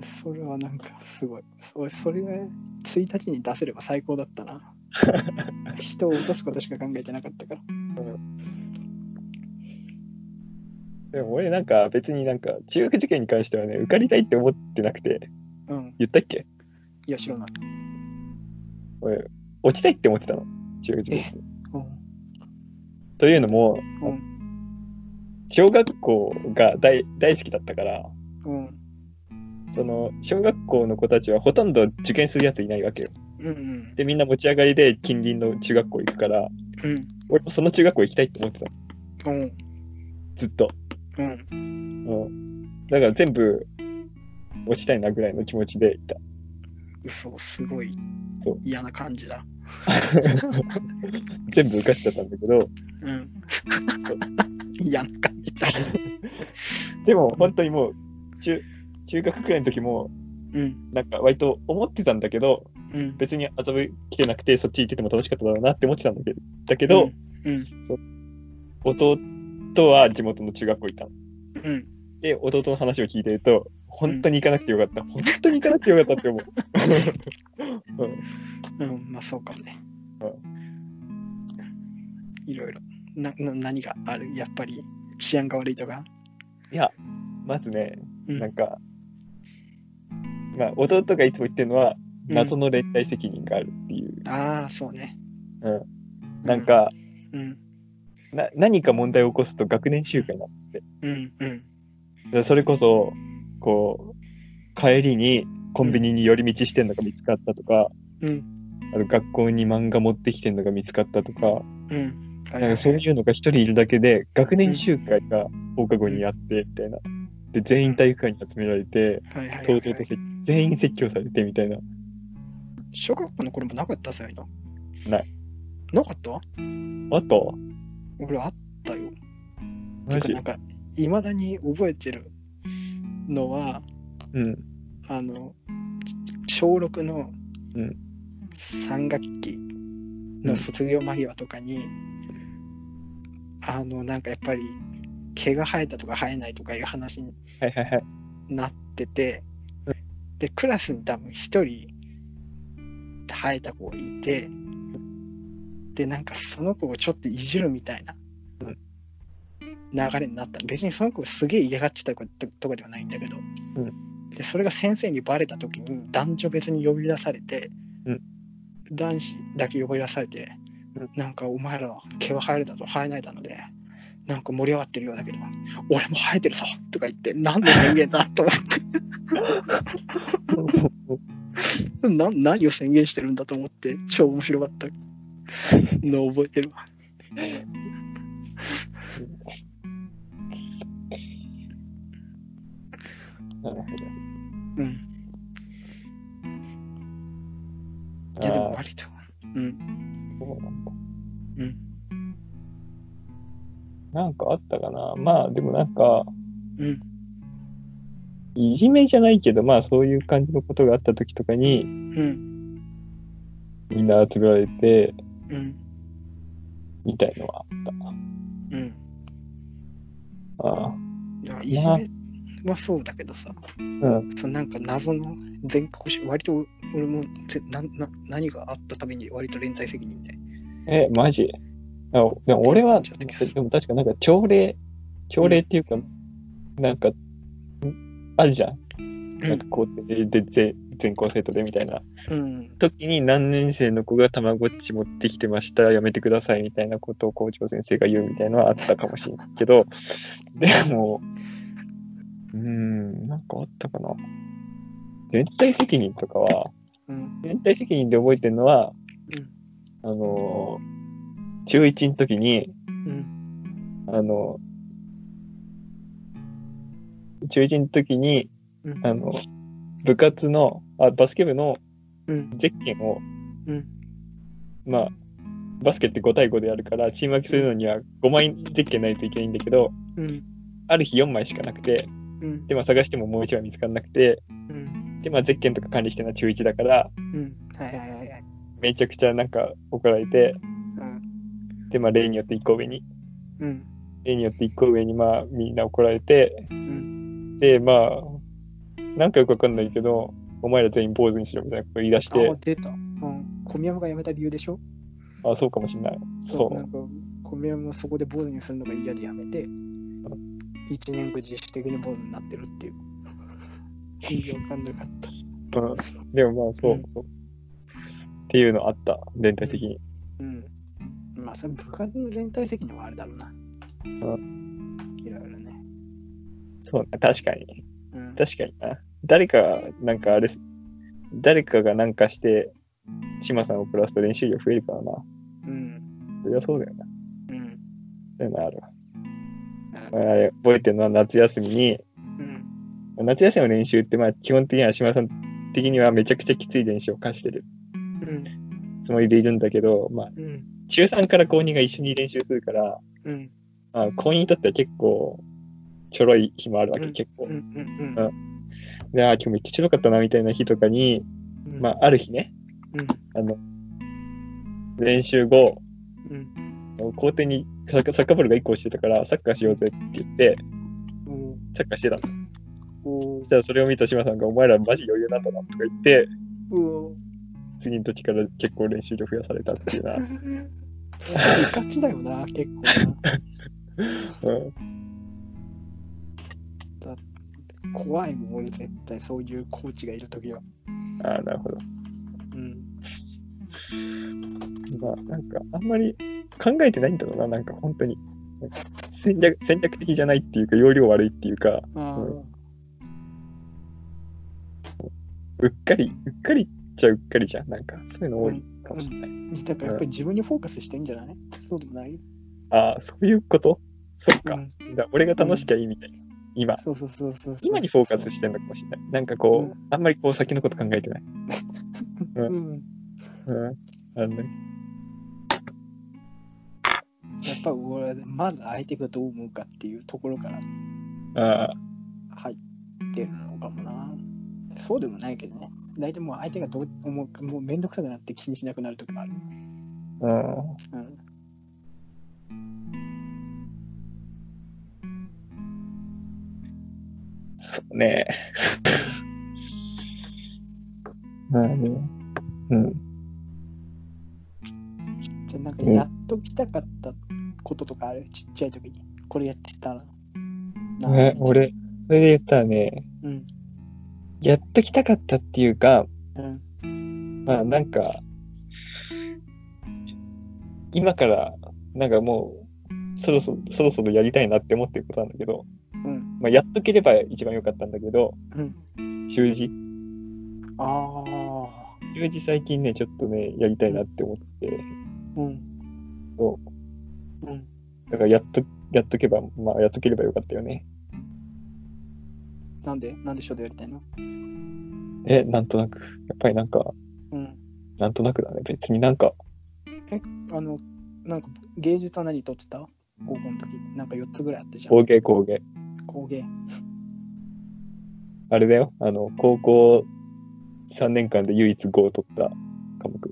Speaker 1: それはなんかすごい。そそれが1日に出せれば最高だったな。人を落とすことしか考えてなかったから。
Speaker 2: でも俺なんか別になんか中学受験に関してはね受かりたいって思ってなくて
Speaker 1: うん。
Speaker 2: 言ったっけ
Speaker 1: いや、知らない。
Speaker 2: 俺落ちたいって思ってたの中学受験って
Speaker 1: うん。
Speaker 2: というのも
Speaker 1: うん。
Speaker 2: 小学校が大大好きだったから
Speaker 1: うん。
Speaker 2: その小学校の子たちはほとんど受験するやついないわけよ
Speaker 1: うん。
Speaker 2: でみんな持ち上がりで近隣の中学校行くから
Speaker 1: うん。
Speaker 2: 俺もその中学校行きたいって思ってたの
Speaker 1: うん。
Speaker 2: ずっと、
Speaker 1: うん。
Speaker 2: うん、だから全部落ちたいなぐらいの気持ちでい た
Speaker 1: 嘘、すごい
Speaker 2: そう
Speaker 1: 嫌な感じだ。
Speaker 2: 全部受かっちゃったんだけど
Speaker 1: うん。嫌な感じだ。
Speaker 2: でも本当にもう中中学くらいの時も
Speaker 1: うん。
Speaker 2: なんか割と思ってたんだけど
Speaker 1: うん。
Speaker 2: 別に遊び来てなくてそっち行ってても楽しかっただろうなって思ってたんだけどだけど、
Speaker 1: うん。
Speaker 2: 弟は地元の中学校いたの
Speaker 1: うん。
Speaker 2: で弟の話を聞いてると本当に行かなくてよかった、本当に行かなくてよかったって思う、うん
Speaker 1: うん。まあ、そうかもね
Speaker 2: う。
Speaker 1: いろいろ。な、な、何があるやっぱり治安が悪いとか。
Speaker 2: いやまずね
Speaker 1: うん
Speaker 2: なんか、まあ弟がいつも言ってるのは
Speaker 1: うん
Speaker 2: 謎の連帯責任があるっていう、
Speaker 1: ああ、そうね。
Speaker 2: うんなん。か
Speaker 1: うん。
Speaker 2: な何か問題を起こすと学年集会なの
Speaker 1: うん。うん。
Speaker 2: でそれこそこう帰りにコンビニに寄り道してんのが見つかったとか、
Speaker 1: うん。
Speaker 2: あと学校に漫画持ってきてんのが見つかったとか、
Speaker 1: うん。
Speaker 2: なんかそういうのが一人いるだけで学年集会が放課後にやってみたいな。で全員体育館に集められて、
Speaker 1: はいはいはい
Speaker 2: とうとうとせ全員説教されてみたいな。
Speaker 1: 小学校の頃もなかったそういうの
Speaker 2: ない
Speaker 1: なかった
Speaker 2: あと、
Speaker 1: 俺あったよて
Speaker 2: マ
Speaker 1: か
Speaker 2: ジ
Speaker 1: なんかいまだに覚えてるのは
Speaker 2: うん。
Speaker 1: あのち小6の
Speaker 2: うん
Speaker 1: 3学期
Speaker 2: うん
Speaker 1: の卒業間際とかに、あのなんかやっぱり毛が生えたとか生えないとかいう話に
Speaker 2: はいはいはい。
Speaker 1: なってて
Speaker 2: う
Speaker 1: でクラスに多分一人生えた子がいてでなんかその子をちょっといじるみたいな
Speaker 2: うん
Speaker 1: 流れになった別にその子がすげえ嫌がってたととかではないんだけど、
Speaker 2: う
Speaker 1: でそれが先生にバレた時に男女別に呼び出されて、
Speaker 2: うん
Speaker 1: 男子だけ呼び出されて、
Speaker 2: うん
Speaker 1: なんかお前ら毛は生えるだと生えないだのでなんか盛り上がってるようだけど俺も生えてるぞとか言ってなんで宣言だと思ってな何を宣言してるんだと思って超面白かったのを覚えてるわ
Speaker 2: なるほど
Speaker 1: うんいやでも
Speaker 2: あ
Speaker 1: 割とうん
Speaker 2: ーそうなんだ
Speaker 1: うん
Speaker 2: なんかあったかなまあでもなんか、
Speaker 1: うん
Speaker 2: いじめじゃないけど、まあそういう感じのことがあった時とかに、
Speaker 1: うん
Speaker 2: みんな集められて、
Speaker 1: うん
Speaker 2: みたいのは
Speaker 1: うん
Speaker 2: あった。ああ。
Speaker 1: だからいじめはそうだけどさ
Speaker 2: うん。
Speaker 1: そのなんか謎の全国し割と俺もぜなな何があったために割と連帯責任で
Speaker 2: え、マジあでも俺は、
Speaker 1: ちょっと
Speaker 2: でも確かなんか朝礼、朝礼っていうか、なんか、んあるじゃん。なんか校庭で全全校生徒でみたいな。
Speaker 1: うん
Speaker 2: 時に何年生の子がたまごっち持ってきてました、やめてくださいみたいなことを校長先生が言うみたいなのはあったかもしれないけど、でも、うーん、なんかあったかな。全体責任とかは、
Speaker 1: うん
Speaker 2: 全体責任で覚えてるのは、
Speaker 1: うん
Speaker 2: あのー、中1の時に、
Speaker 1: うん
Speaker 2: あの、中1の時に、
Speaker 1: うん
Speaker 2: あの、部活の、あバスケ部の
Speaker 1: うん
Speaker 2: ゼッケンを、
Speaker 1: うん
Speaker 2: まあ、バスケって5対5でやるから、チーム分けするのには5枚ゼッケンないといけないんだけど、
Speaker 1: うん
Speaker 2: ある日4枚しかなくて、
Speaker 1: うん
Speaker 2: で、まあ、探してももう1枚見つからなくて、
Speaker 1: うん
Speaker 2: で、まあ、ゼッケンとか管理してるのは中1だから、
Speaker 1: うんはいはいはいはい
Speaker 2: めちゃくちゃなんか怒られて、
Speaker 1: うん
Speaker 2: で、まあ、例によって1個上に、
Speaker 1: うん
Speaker 2: 例によって1個上に、まあ、みんな怒られて、
Speaker 1: うん
Speaker 2: で、まあ、なんかよくわかんないけど、お前ら全員坊主にしろみたいなこと言い出し
Speaker 1: あ
Speaker 2: て、
Speaker 1: 出たうん小宮山が辞めた理由でしょ
Speaker 2: あそうかもしんない。そ
Speaker 1: なん
Speaker 2: う。
Speaker 1: か小米もそこで坊主にするのが嫌でやめて1年後自主的に坊主になってるっていう意味わかんなかった
Speaker 2: うんでもまあそう、
Speaker 1: うん
Speaker 2: そう。っていうのあった、連帯責任。
Speaker 1: うんまあそれ部活の連帯責任はあるだろうなうんいろいろね
Speaker 2: そうね、確かに。
Speaker 1: うん
Speaker 2: 確かにな。誰かが、なんかあれす、誰かがなんかして、島さんをプラスと練習量増えるからな。
Speaker 1: うん
Speaker 2: そりゃそうだよな。
Speaker 1: うん
Speaker 2: そういうのあるわ
Speaker 1: あ
Speaker 2: あれ覚えてるのは夏休みに、
Speaker 1: うん
Speaker 2: 夏休みの練習って、まあ基本的には島さん的にはめちゃくちゃきつい練習を課してる
Speaker 1: うん
Speaker 2: つもりでいるんだけど、まあ
Speaker 1: うん
Speaker 2: 中3から高2が一緒に練習するから、
Speaker 1: うん
Speaker 2: まあ高2にとっては結構ちょろい日もあるわけ、
Speaker 1: うん
Speaker 2: 結構
Speaker 1: う。んうん
Speaker 2: あで、あー、今日めっちゃちょろかったなみたいな日とかに、
Speaker 1: うん
Speaker 2: まあある日ね、
Speaker 1: うん
Speaker 2: あの、練習後、
Speaker 1: うん
Speaker 2: 校庭にサッカーサッカーボールが1個落ちてたから、サッカーしようぜって言って、
Speaker 1: お
Speaker 2: サッカーしてたの。そ
Speaker 1: お
Speaker 2: したらそれを見た島さんが、お前らマジ余裕なんだなとか言って、
Speaker 1: お
Speaker 2: 次の時から結構練習量増やされたってい うな。
Speaker 1: いかつだよな結構な
Speaker 2: うん、
Speaker 1: 怖いもん俺絶対そういうコーチがいる時は
Speaker 2: ああ、なるほど。
Speaker 1: うん
Speaker 2: まあ、なんか、あんまり考えてないんだろうな、なんか本当に。戦略戦略的じゃないっていうか、要領悪いっていうか、
Speaker 1: あ
Speaker 2: うんうっかり、うっかりっちゃうっかりじゃん。なんか、そういうの多いかもしれない。
Speaker 1: あだからやっぱり自分にフォーカスしてんじゃないそうでもない
Speaker 2: ああ、そういうことそっか。
Speaker 1: うん
Speaker 2: だ俺が楽しきゃいいみたいな。今。
Speaker 1: そうそうそうそうそう
Speaker 2: 今にフォーカスしてるのかもしれない。なんかこう、
Speaker 1: う
Speaker 2: あんまりこう先のこと考えてない。
Speaker 1: うん
Speaker 2: うん。あのね
Speaker 1: やっぱ俺はまず相手がどう思うかっていうところから
Speaker 2: ああ、
Speaker 1: 入ってるのかもなそうでもないけどね大体もう相手がどう思うかもうめんどくさくなって気にしなくなる時もある
Speaker 2: うん。
Speaker 1: うん
Speaker 2: そうね。 まあね。うん。
Speaker 1: じゃあなんかやっときたかったこととかあるちっちゃい時にこれやってたらな
Speaker 2: ね俺、それで言ったらね、
Speaker 1: うん
Speaker 2: やっときたかったっていうか、
Speaker 1: うん
Speaker 2: まあなんか、今から、なんかもう、そろそろ、そろそろやりたいなって思ってることなんだけど、
Speaker 1: うん
Speaker 2: まあ、やっとければ一番良かったんだけど、
Speaker 1: うん
Speaker 2: 習字。
Speaker 1: ああ
Speaker 2: 習字最近ね、ちょっとね、やりたいなって思ってて、
Speaker 1: うん
Speaker 2: そう
Speaker 1: うん
Speaker 2: だからやっと、やっとけば、まあ、やっとければよかったよね。
Speaker 1: なんでなんで書道やりたいの
Speaker 2: え、なんとなく。やっぱりなんか、
Speaker 1: うん
Speaker 2: なんとなくだね。別になんか、
Speaker 1: あのなんか芸術は何とってた高校の時なんか4つぐらいあったじゃん
Speaker 2: 工芸工芸。
Speaker 1: 工芸
Speaker 2: あれだよ。あの、高校3年間で唯一5を取った科目。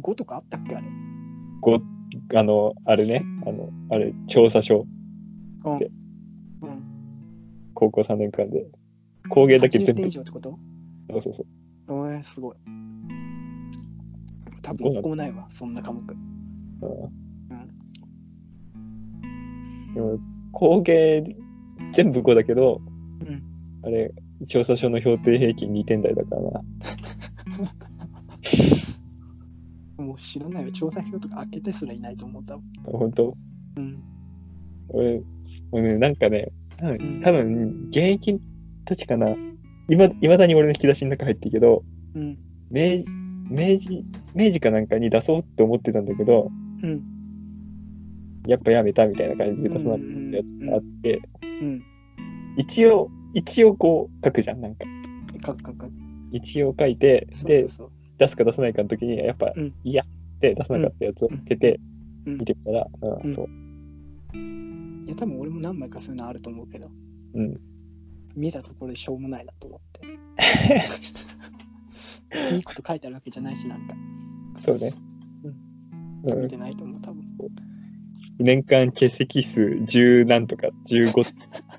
Speaker 1: 5とかあったっけあれ
Speaker 2: 5、あの、あれね、あの、あれ、調査書。
Speaker 1: うん
Speaker 2: で
Speaker 1: うん
Speaker 2: 高校3年間で。工芸だけ
Speaker 1: 80
Speaker 2: 全部
Speaker 1: 点以。上ってこと
Speaker 2: そうそうそう。
Speaker 1: えー、すごい多分一個もないわそんな科目
Speaker 2: でも工芸、全部5だけど、
Speaker 1: うん
Speaker 2: あれ、調査書の評定平均2点台だからな。
Speaker 1: もう知らないよ調査票とか開けてすらいないと思ったわ
Speaker 2: 本当
Speaker 1: うん
Speaker 2: 俺、俺ね、なんかね、多
Speaker 1: うん
Speaker 2: 分、多分現役の時かな、いま未だに俺の引き出しの中入ってるけど、
Speaker 1: うん
Speaker 2: 明明治、明治かなんかに出そうって思ってたんだけど、
Speaker 1: うん
Speaker 2: やっぱやめたみたいな感じで出さなかったやつがあって、
Speaker 1: うん
Speaker 2: 一応、一応こう書くじゃん、なんか。
Speaker 1: かかか
Speaker 2: 一応書いて、
Speaker 1: そうそ
Speaker 2: で
Speaker 1: う、そう
Speaker 2: 出すか出さないかの時に、やっぱ
Speaker 1: うん
Speaker 2: いやって出さなかったやつを受けて、
Speaker 1: うん
Speaker 2: 見てみたら、
Speaker 1: う
Speaker 2: うんん、そう。
Speaker 1: いや多分俺も何枚かそういうのあると思うけど
Speaker 2: うん。
Speaker 1: 見たところでしょうもないなと思 っていいこと書いてあるわけじゃないしなんか
Speaker 2: そうね。うん
Speaker 1: 見てないと思う多分
Speaker 2: 年間欠席数十何とか15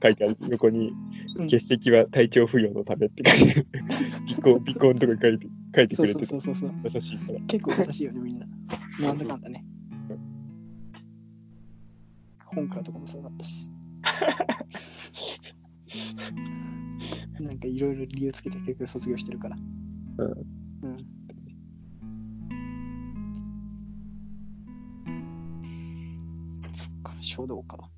Speaker 2: 書いてある横に
Speaker 1: うん
Speaker 2: 欠席は体調不良のためって書いて ある尾行尾行のとか書いて書いて
Speaker 1: そ
Speaker 2: く
Speaker 1: う
Speaker 2: れ
Speaker 1: そう
Speaker 2: て
Speaker 1: そうそうそう
Speaker 2: 優しいから
Speaker 1: 結構優しいよねみんななんだかんだねコンカーとかもそうだった しなんかいろいろ理由つけて結局卒業してるから
Speaker 2: うん
Speaker 1: うんそっか書道か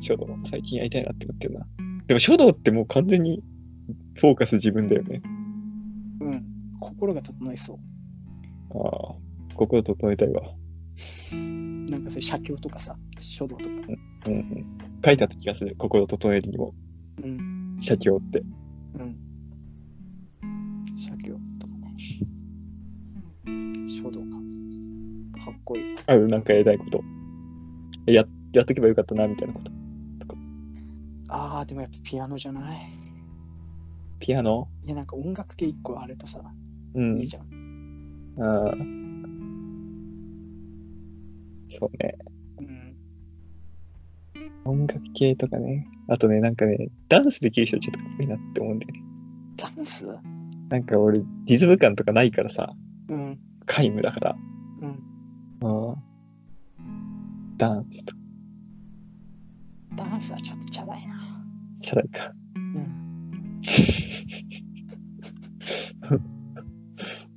Speaker 2: 書道、最近やりたいなって思ってるな。でも書道ってもう完全にフォーカス自分だよね。
Speaker 1: うん心が整いそう
Speaker 2: ああ、心整えたいわ。
Speaker 1: なんかそういう写経とかさ書道とか
Speaker 2: うんうん。書いてあった気がする、心整えるにも、
Speaker 1: うん
Speaker 2: 写経って。
Speaker 1: うん写経とかね書道かかっこいい
Speaker 2: ある、なんかやりたいこと。や、やっとけばよかったな、みたいなこと。
Speaker 1: あーでもやっぱピアノじゃない
Speaker 2: ピアノ
Speaker 1: いやなんか音楽系一個あるとさ、
Speaker 2: うん。
Speaker 1: いいじゃん。
Speaker 2: ああ。そうね。
Speaker 1: うん。
Speaker 2: 音楽系とかね。あとね、なんかね、ダンスできる人ちょっとかっこいいなって思うんだよね。
Speaker 1: ダンス
Speaker 2: なんか俺、リズム感とかないからさ、
Speaker 1: うん。
Speaker 2: 皆無だから。
Speaker 1: うん。
Speaker 2: うんダンスとか、
Speaker 1: ダンスはちょっとチャラいな。
Speaker 2: じゃないか。
Speaker 1: うん。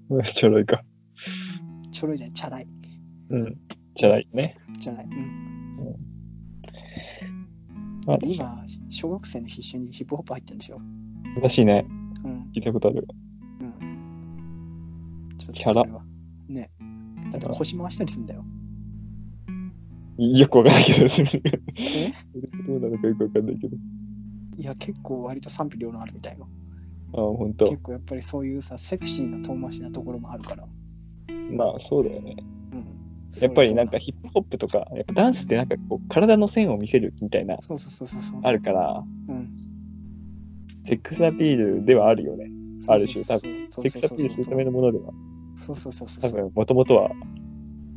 Speaker 2: うんちょろいか。
Speaker 1: ちょろいじゃない、チャラい。
Speaker 2: うん。じゃないね。
Speaker 1: じゃない。うん。
Speaker 2: あ、
Speaker 1: 今、小学生の必死にヒップホップ入ってるんでしょ。
Speaker 2: らしいね。
Speaker 1: うん。
Speaker 2: 聞いたことある。
Speaker 1: うん。ちょっ
Speaker 2: チ
Speaker 1: と
Speaker 2: ャラ
Speaker 1: それは。ね。だって腰回したりすんだよ。
Speaker 2: よくわかんないけど、 それど
Speaker 1: え
Speaker 2: うなのかよくわかんないけど。
Speaker 1: いや、結構割と賛否両論あるみたいよ。
Speaker 2: あ、ほんと
Speaker 1: 結。構やっぱりそういうさ、セクシーな遠回しなところもあるから。
Speaker 2: まあ、そうだよね。
Speaker 1: うん。
Speaker 2: やっぱりなんかヒップホップとか、やっぱダンスってなんかこう、体の線を見せるみたいな、
Speaker 1: そうそうそうそうそう。
Speaker 2: あるから、
Speaker 1: うん。
Speaker 2: セックスアピールではあるよね。ある種多
Speaker 1: 分
Speaker 2: セックスアピールするためのものでは、
Speaker 1: そうそうそうそう。
Speaker 2: 多分、もともとは、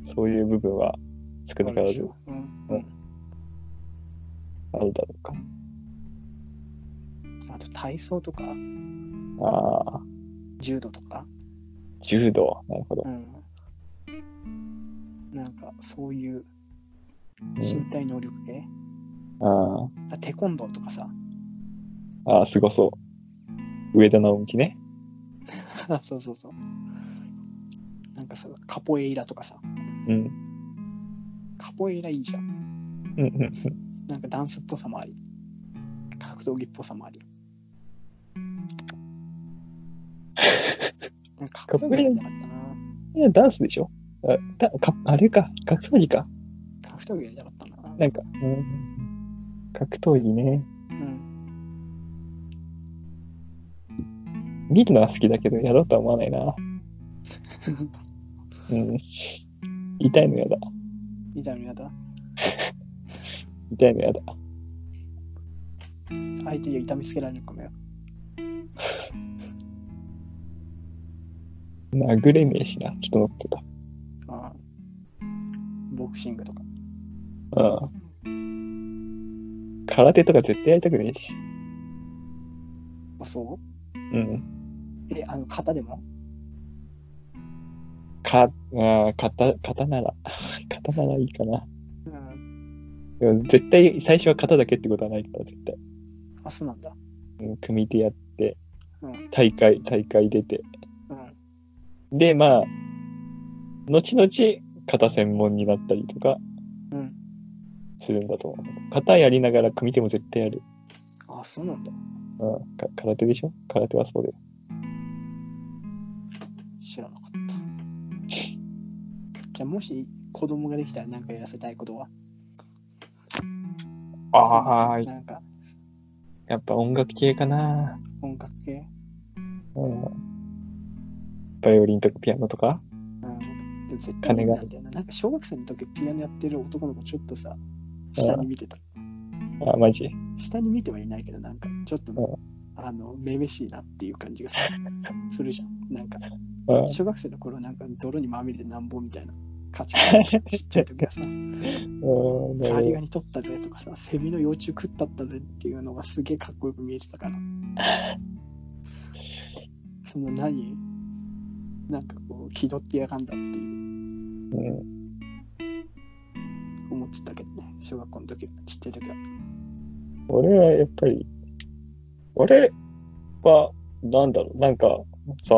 Speaker 2: そういう部分は少なからず
Speaker 1: うん
Speaker 2: うんあるだろうか。
Speaker 1: あと体操とか
Speaker 2: ああ、
Speaker 1: 柔道とか、
Speaker 2: 柔道。なるほど
Speaker 1: う。ん、なんかそういう
Speaker 2: うん
Speaker 1: 身体能力系、
Speaker 2: あ
Speaker 1: あテコンドーとかさ
Speaker 2: あ、ああ、すごそう。上田直樹ね。
Speaker 1: そうそうそうなんかさカポエイラとかさ
Speaker 2: うん。
Speaker 1: カポエイラいいじゃん
Speaker 2: うんうん
Speaker 1: なんかダンスっぽさもあり格闘技っぽさもありなんか格闘技やりたかったな
Speaker 2: うん。いや、ダンスでしょあだかあれか、格闘技か。
Speaker 1: 格闘技やりたかったな
Speaker 2: なんか、うん、格闘技ね。
Speaker 1: うん
Speaker 2: 見るのは好きだけど、やろうとは思わないな。うん。痛いのやだ。
Speaker 1: みたいなやだ
Speaker 2: 痛いのやだ。
Speaker 1: 相手を痛めつけられるかもよ
Speaker 2: 殴れねえしな、人のこと。
Speaker 1: ああボクシングとか
Speaker 2: うん。空手とか絶対やりたくねえし。
Speaker 1: あそう
Speaker 2: うん。
Speaker 1: え、あの、型でも
Speaker 2: か、あー型、型なら、型ならいいかな。
Speaker 1: うん。
Speaker 2: でも絶対最初は型だけってことはないから絶対、
Speaker 1: あ、そうなんだ。
Speaker 2: うん、組手やって
Speaker 1: うん。
Speaker 2: 大会大会出て
Speaker 1: うん。
Speaker 2: でまあ後々型専門になったりとか
Speaker 1: うん。
Speaker 2: するんだと思う型やりながら組手も絶対やる、
Speaker 1: あ、そうなんだ。
Speaker 2: うん、か空手でしょ空手はそうだよ
Speaker 1: 知らなかった。じゃあ、もし子供ができたら何かやらせたいことは
Speaker 2: あ
Speaker 1: そん
Speaker 2: ー
Speaker 1: ななんか、
Speaker 2: やっぱ音楽系かな、
Speaker 1: 音楽系
Speaker 2: うん、バイオリンとかピアノとか
Speaker 1: うん。でも絶対
Speaker 2: 金が
Speaker 1: なんだよな。なんか小学生の時ピアノやってる男の子ちょっとさ、下に見てた。
Speaker 2: あマジ
Speaker 1: 下に見てはいないけど、なんかちょっと、
Speaker 2: う
Speaker 1: あの、めめしいなっていう感じがさするじゃん。なんか、
Speaker 2: うん
Speaker 1: 小学生の頃なんか泥にまみれてなんぼみたいな価値観ちっちゃい時はさ。
Speaker 2: うんなる
Speaker 1: ザ
Speaker 2: ほ
Speaker 1: リ
Speaker 2: ど
Speaker 1: ガニ取ったぜとかさ、セミの幼虫食ったったぜっていうのがすげえかっこよく見えてたから。その何なんかこう、気取ってやがんだっていう
Speaker 2: うん
Speaker 1: 思ってたけどね。小学校の時ちっちゃい時は
Speaker 2: 俺はやっぱり、俺は、なんだろう、なんかさ、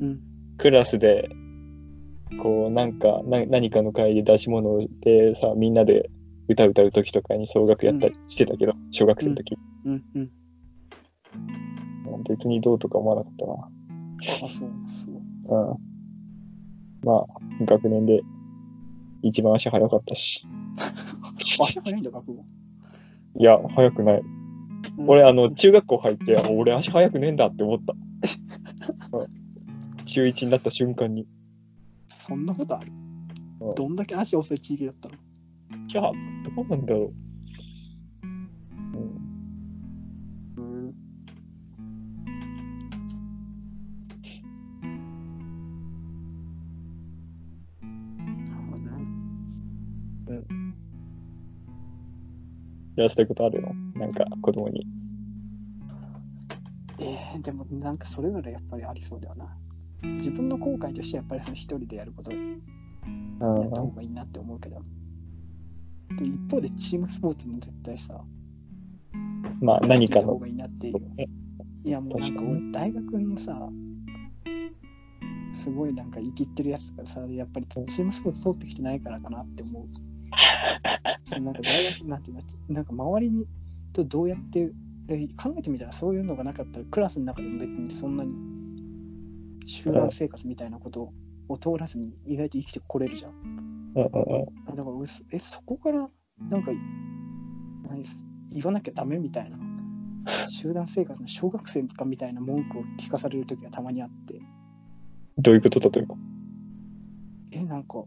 Speaker 1: うん
Speaker 2: クラスで、こう、なんか、な何かの会で出し物でさ、みんなで歌歌う時とかに総楽やったりしてたけど、小学生の時、
Speaker 1: うんうん
Speaker 2: 別にどうとか思わなかったな。
Speaker 1: あそうそう
Speaker 2: うんまあ、学年で一番足早かった し。
Speaker 1: 足早いんだ学校、
Speaker 2: いや、早くない。
Speaker 1: うん
Speaker 2: 俺、あの、中学校入って、あ俺足早くねえんだって思った。うん中1になった瞬間に。
Speaker 1: そんなことある
Speaker 2: うん
Speaker 1: どんだけ足遅い地域だったの
Speaker 2: じゃあ、どうなんだろ
Speaker 1: うんなるほどね
Speaker 2: う。やらせたいことあるのなんか、子供に。
Speaker 1: えー、でもなんかそれぞれやっぱりありそうだよな自分の後悔としてはやっぱりその一人でやることや
Speaker 2: う
Speaker 1: った方
Speaker 2: ん。
Speaker 1: がいいなって思うけどでも一方でチームスポーツも絶対さ
Speaker 2: まあ、何か
Speaker 1: やった方
Speaker 2: の。
Speaker 1: がいいなってい
Speaker 2: そううね
Speaker 1: いやもうなんか
Speaker 2: 確か
Speaker 1: 俺大学のさすごいなんか生きってるやつとかさやっぱりチームスポーツ通ってきてないからかなって思うそうなんか大学なんていうのなんか周りにとどうやってで考えてみたらそういうのがなかったらクラスの中でも別にそんなに集団生活みたいなことを通らずに意外と生きてこれるじゃん
Speaker 2: うんうんうん。
Speaker 1: あだから俺そえそこからなんか何す言わなきゃダメみたいな集団生活の小学生かみたいな文句を聞かされる時がたまにあって
Speaker 2: どういうこと例えば。
Speaker 1: えなんか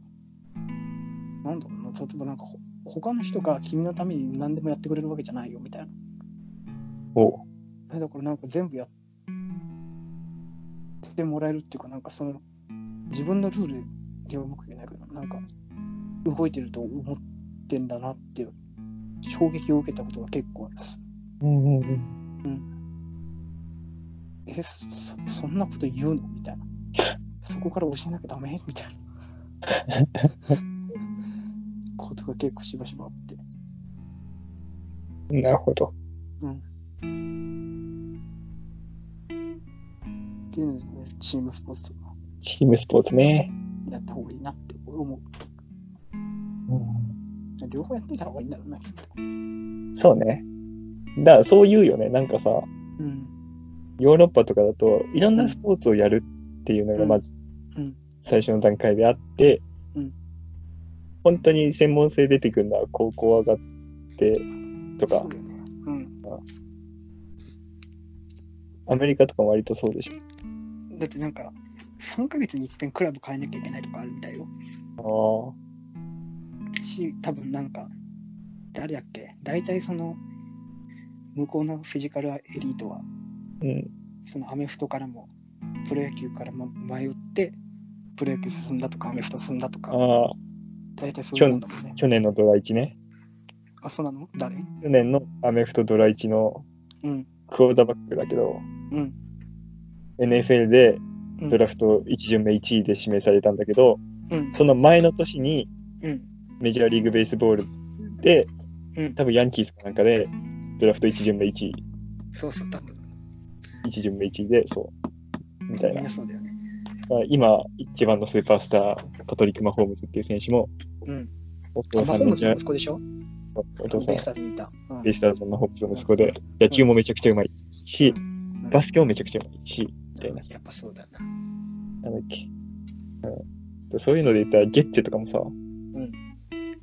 Speaker 1: なんだろうな例えばなんかほ他の人が君のために何でもやってくれるわけじゃないよみたいな
Speaker 2: おう。
Speaker 1: えだからなんか全部やってもらえるっていうかなんかその自分のルールではうまく言えないけどなんか動いてると思ってんだなっていう衝撃を受けたことが結構あるです
Speaker 2: うんうんうん。
Speaker 1: えそそそんなこと言うのみたいなそこから教えなきゃダメみたい なことが結構しばしばあって
Speaker 2: なるほど。
Speaker 1: っていうのでチームスポーツとか
Speaker 2: チームスポーツね。
Speaker 1: やった方がいいなって思う
Speaker 2: うん
Speaker 1: 両方やってた方がいいんだろうなきっと
Speaker 2: そうね。だから、そう言うよね。なんかさ、
Speaker 1: うん
Speaker 2: ヨーロッパとかだといろんなスポーツをやるっていうのがまず
Speaker 1: うん
Speaker 2: 最初の段階であって、
Speaker 1: うん
Speaker 2: 本当に専門性出てくるのは高校上がってとか
Speaker 1: そうだよねうん
Speaker 2: アメリカとかも割とそうでし
Speaker 1: だってなんか3ヶ月に一遍クラブ変えなきゃいけないとかあるみたいよ
Speaker 2: ょ。
Speaker 1: し多分なんか誰だっけ大体その向こうのフィジカルエリートは
Speaker 2: ああ、うん、
Speaker 1: そのアメフトからもプロ野球からも迷ってプロ野球進んだとかアメフト進んだとか
Speaker 2: ああ
Speaker 1: 大体そういうもんだもんね
Speaker 2: 去年のドラ1ね。
Speaker 1: あそうなの誰
Speaker 2: 去年のアメフトドラ1の
Speaker 1: うん
Speaker 2: クォーターバックだけど、
Speaker 1: うん、
Speaker 2: NFL で
Speaker 1: うん、
Speaker 2: ドラフト1巡目1位で指名されたんだけど、
Speaker 1: うん
Speaker 2: その前の年に
Speaker 1: うん
Speaker 2: メジャーリーグベースボールで、
Speaker 1: うん
Speaker 2: 多分ヤンキースかなんかでドラフト1巡目1位、
Speaker 1: そうそう多分
Speaker 2: 1巡目1位で、そう、みたい
Speaker 1: みん
Speaker 2: な
Speaker 1: な。そうだよね
Speaker 2: まあ今、一番のスーパースター、パトリック・マホームズっていう選手も、
Speaker 1: うん
Speaker 2: お
Speaker 1: あ
Speaker 2: 父
Speaker 1: マ
Speaker 2: さ
Speaker 1: ホー
Speaker 2: ん
Speaker 1: ム
Speaker 2: の
Speaker 1: ズ
Speaker 2: ジ
Speaker 1: の
Speaker 2: ャ
Speaker 1: 息子でしょ
Speaker 2: お
Speaker 1: ベ
Speaker 2: 父さん
Speaker 1: イス、ターズにいた、うん
Speaker 2: ベイスターズのマホームズの息子で、野球もめちゃくちゃうまいし、
Speaker 1: うん
Speaker 2: バスケもめちゃくちゃうまいし、みたいな。
Speaker 1: やっぱそうだな
Speaker 2: なんだっけ。うん、そういうので言ったら、ゲッチェとかもさ、
Speaker 1: ん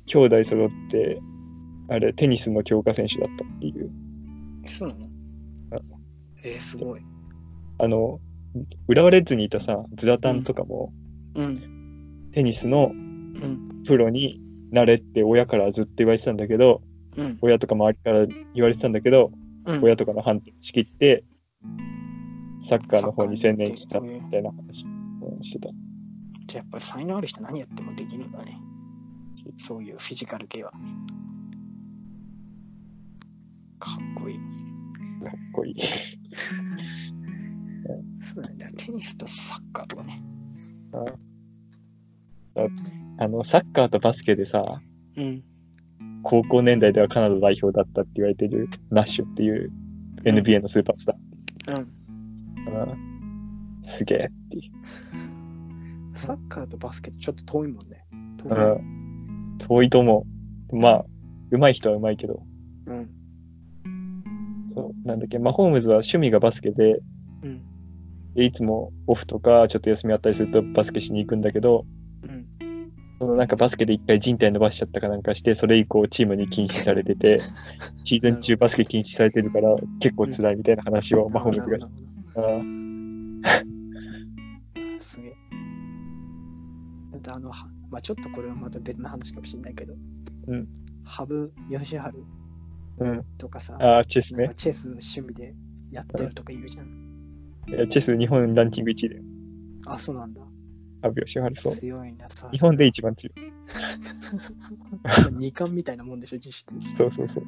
Speaker 2: 兄弟揃って、あれ、テニスの強化選手だったっていう。
Speaker 1: えそうなの
Speaker 2: あ
Speaker 1: えー、すごい
Speaker 2: あの、浦和レッズにいたさ、ズラタンとかも、
Speaker 1: うん
Speaker 2: テニスの
Speaker 1: うん
Speaker 2: プロになれって親からずっと言われてたんだけど、
Speaker 1: うん
Speaker 2: 親とか周りから言われてたんだけど、
Speaker 1: うん
Speaker 2: 親とかの判定しきって、サッカーの方に専念したみたいな話うんしてた。
Speaker 1: じゃあやっぱり才能ある人何やってもできるんだね。そういうフィジカル系は。かっこいい。
Speaker 2: かっ こいい。
Speaker 1: そうだね。だからテニスとサッカーとかね。
Speaker 2: あの、サッカーとバスケでさ、
Speaker 1: うん。
Speaker 2: 高校年代ではカナダ代表だったって言われてるナッシュっていう NBA のスーパースタ
Speaker 1: うん、
Speaker 2: ー。うん、すげえっていう。
Speaker 1: サッカーとバスケってちょっと遠いもんね。遠
Speaker 2: う
Speaker 1: い。
Speaker 2: ん、遠いと思う。まあ、上手い人は上手いけど、
Speaker 1: うん。
Speaker 2: そうなんだっけ、マホームズは趣味がバスケで、
Speaker 1: うん。
Speaker 2: でいつもオフとかちょっと休みあったりするとバスケしに行くんだけど、
Speaker 1: うん。
Speaker 2: そのなんかバスケで一回人体伸ばしちゃったかなんかして、それ以降チームに禁止されてて、シーズン中バスケ禁止されてるから結構辛いみたいな話をマホームズがし
Speaker 1: なるほど
Speaker 2: た。うん
Speaker 1: すげえ。だってあの、はまあ、ちょっとこれはまた別の話かもしれないけど、
Speaker 2: うん、
Speaker 1: ハブ・ヨシハル
Speaker 2: うん。
Speaker 1: とかさ、
Speaker 2: ああ、チェス
Speaker 1: なん
Speaker 2: ね
Speaker 1: か。チェス趣味でやってるとか言うじゃん。
Speaker 2: いやチェス日本ランキング1位だよ。
Speaker 1: あ、そうなんだ。
Speaker 2: 阿部義晴そう。
Speaker 1: 強いなさ。
Speaker 2: 日本で一番強い。
Speaker 1: 二冠みたいなもんでしょ、実質。
Speaker 2: そうそうそう。
Speaker 1: そう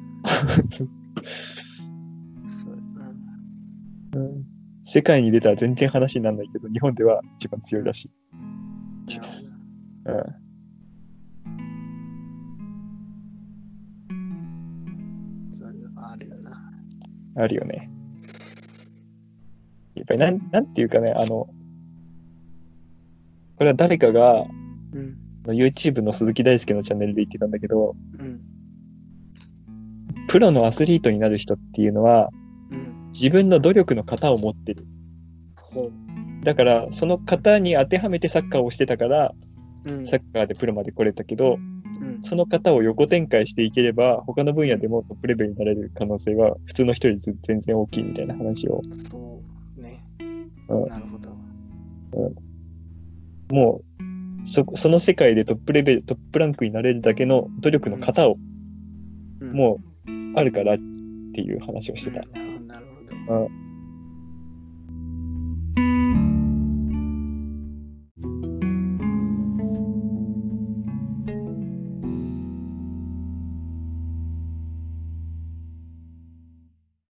Speaker 1: うん
Speaker 2: うん世界に出たら全然話にならないけど、日本では一番強いらしい。
Speaker 1: なるほ
Speaker 2: うん
Speaker 1: どそういうのあるよな。
Speaker 2: あるよね。やっぱりなん、なんていうかね、あの、これは誰かが、
Speaker 1: うん。
Speaker 2: YouTube の鈴木大輔のチャンネルで言ってたんだけど、
Speaker 1: うん。
Speaker 2: プロのアスリートになる人っていうのは、
Speaker 1: うん。
Speaker 2: 自分の努力の型を持ってる。
Speaker 1: ほ
Speaker 2: だから、その型に当てはめてサッカーをしてたから、
Speaker 1: う。うん。
Speaker 2: サッカーでプロまで来れたけど、
Speaker 1: うん。
Speaker 2: その型を横展開していければ、他の分野でもトップレベルになれる可能性は、普通の人よりず全然大きいみたいな話を、
Speaker 1: そうね。
Speaker 2: うん
Speaker 1: なるほど。
Speaker 2: もうそ、その世界でトップレベル、トップランクになれるだけの努力の型を、
Speaker 1: うん
Speaker 2: もう、あるからっていう話をしてた。
Speaker 1: うんなるほど、なるほど。
Speaker 2: うん